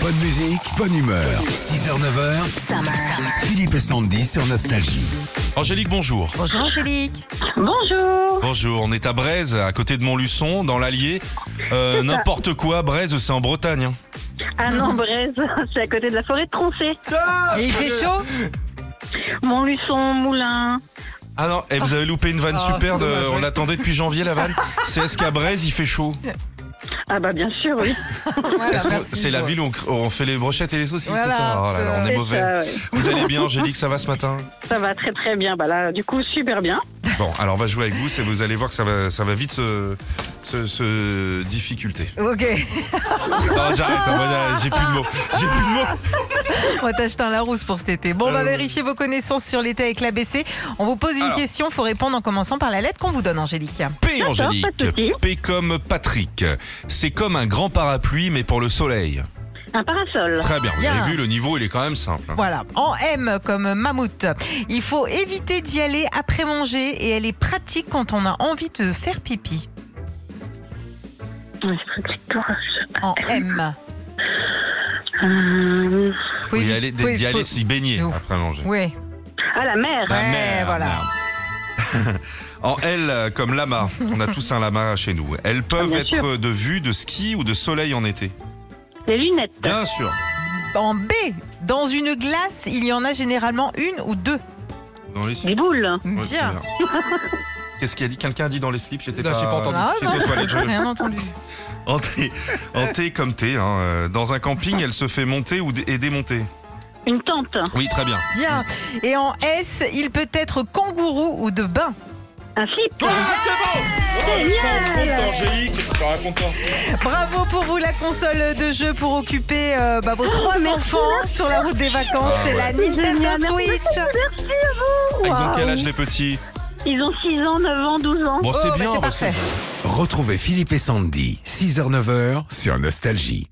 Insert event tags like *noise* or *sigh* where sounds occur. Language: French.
Bonne musique, bonne humeur. 6h-9h, Summer. Philippe et Sandy sur Nostalgie. Angélique, bonjour. Bonjour Angélique. Bonjour. Bonjour, on est à Braise, à côté de Montluçon, dans l'Allier. Euh, N'importe quoi, Braise, c'est en Bretagne. hein. *laughs* Ah non, Braise, *laughs* c'est à côté de la forêt de Troncé. Et il fait chaud Montluçon, Moulin. Ah non, et vous avez loupé une vanne Ah, superbe, c'est dommage, euh, on ouais. l'attendait depuis janvier la *laughs* vanne. C'est est-ce qu'à Braise il fait chaud Ah bah bien sûr, oui. Voilà, Est-ce qu'on- Ah, merci. C'est la ville où on cr- où on fait les brochettes et les saucisses, Voilà, c'est ça Oh là là, c'est- on est C'est mauvais. ça, ouais. Vous allez bien *laughs* Angélique, ça va ce matin Ça va très très bien. Bah là, du coup, super bien. Bon, alors on va jouer avec vous, c'est- vous allez voir que ça va, ça va vite se, se- se difficulter. Ok, Non, j'arrête, hein, moi, j'arrête, j'ai plus de mots. J'ai plus de mots. moi t'achètes un Larousse pour cet été. Bon, on va Euh. vérifier vos connaissances sur l'été avec l'ABC. On vous pose une Alors. question, faut répondre en commençant par la lettre qu'on vous donne, Angélique. P, D'accord, Angélique. pas de souci. P comme Patrick. C'est comme un grand parapluie, mais pour le soleil. Un parasol. Très bien. Vous Bien. avez vu, le niveau, il est quand même simple. hein. Voilà, en M comme mammouth. Il faut éviter d'y aller après manger et elle est pratique quand on a envie de faire pipi. Ouais, c'est très courage. En M. Euh, Faut Faut y évi- aller, faut- d'y aller faut- s'y baigner Ouf. après manger. Ouais. À la mer. Ma Ouais, mère, voilà. merde. *laughs* en L euh, comme lama. On a tous un lama chez nous. Elles Ah, peuvent bien être sûr. euh, de vue, de ski ou de soleil en été. Les lunettes. Bien sûr. En B, dans une glace, il y en a généralement une ou deux. Dans les Des boules. Ouais, c'est Mm, Bien. *laughs* Qu'est-ce qu'il a dit Quelqu'un a dit dans les slips J'étais Non, j'ai pas entendu. Ah, J'étais non, aux toilettes, j'ai je- *laughs* rien entendu. En T, en T comme T. hein, euh, Dans un camping, elle se fait monter ou dé- et démonter. Une tente. Oui, très bien. Bien. Et en S, il peut être kangourou ou de bain. Un slip. Ah, c'est bon Génial Angélique, je suis content. Bravo pour vous la console de jeu pour occuper euh, bah, Oh, vos trois enfants sur la route des vacances. Ah, C'est la Génial, Nintendo merci Switch. Ils ont Waouh. quel âge les petits Ils ont 6 ans, 9 ans, 12 ans. Bon, Oh, c'est bah, bien. c'est bah, parfait. Retrouvez Philippe et Sandy, 6h-9h sur Nostalgie.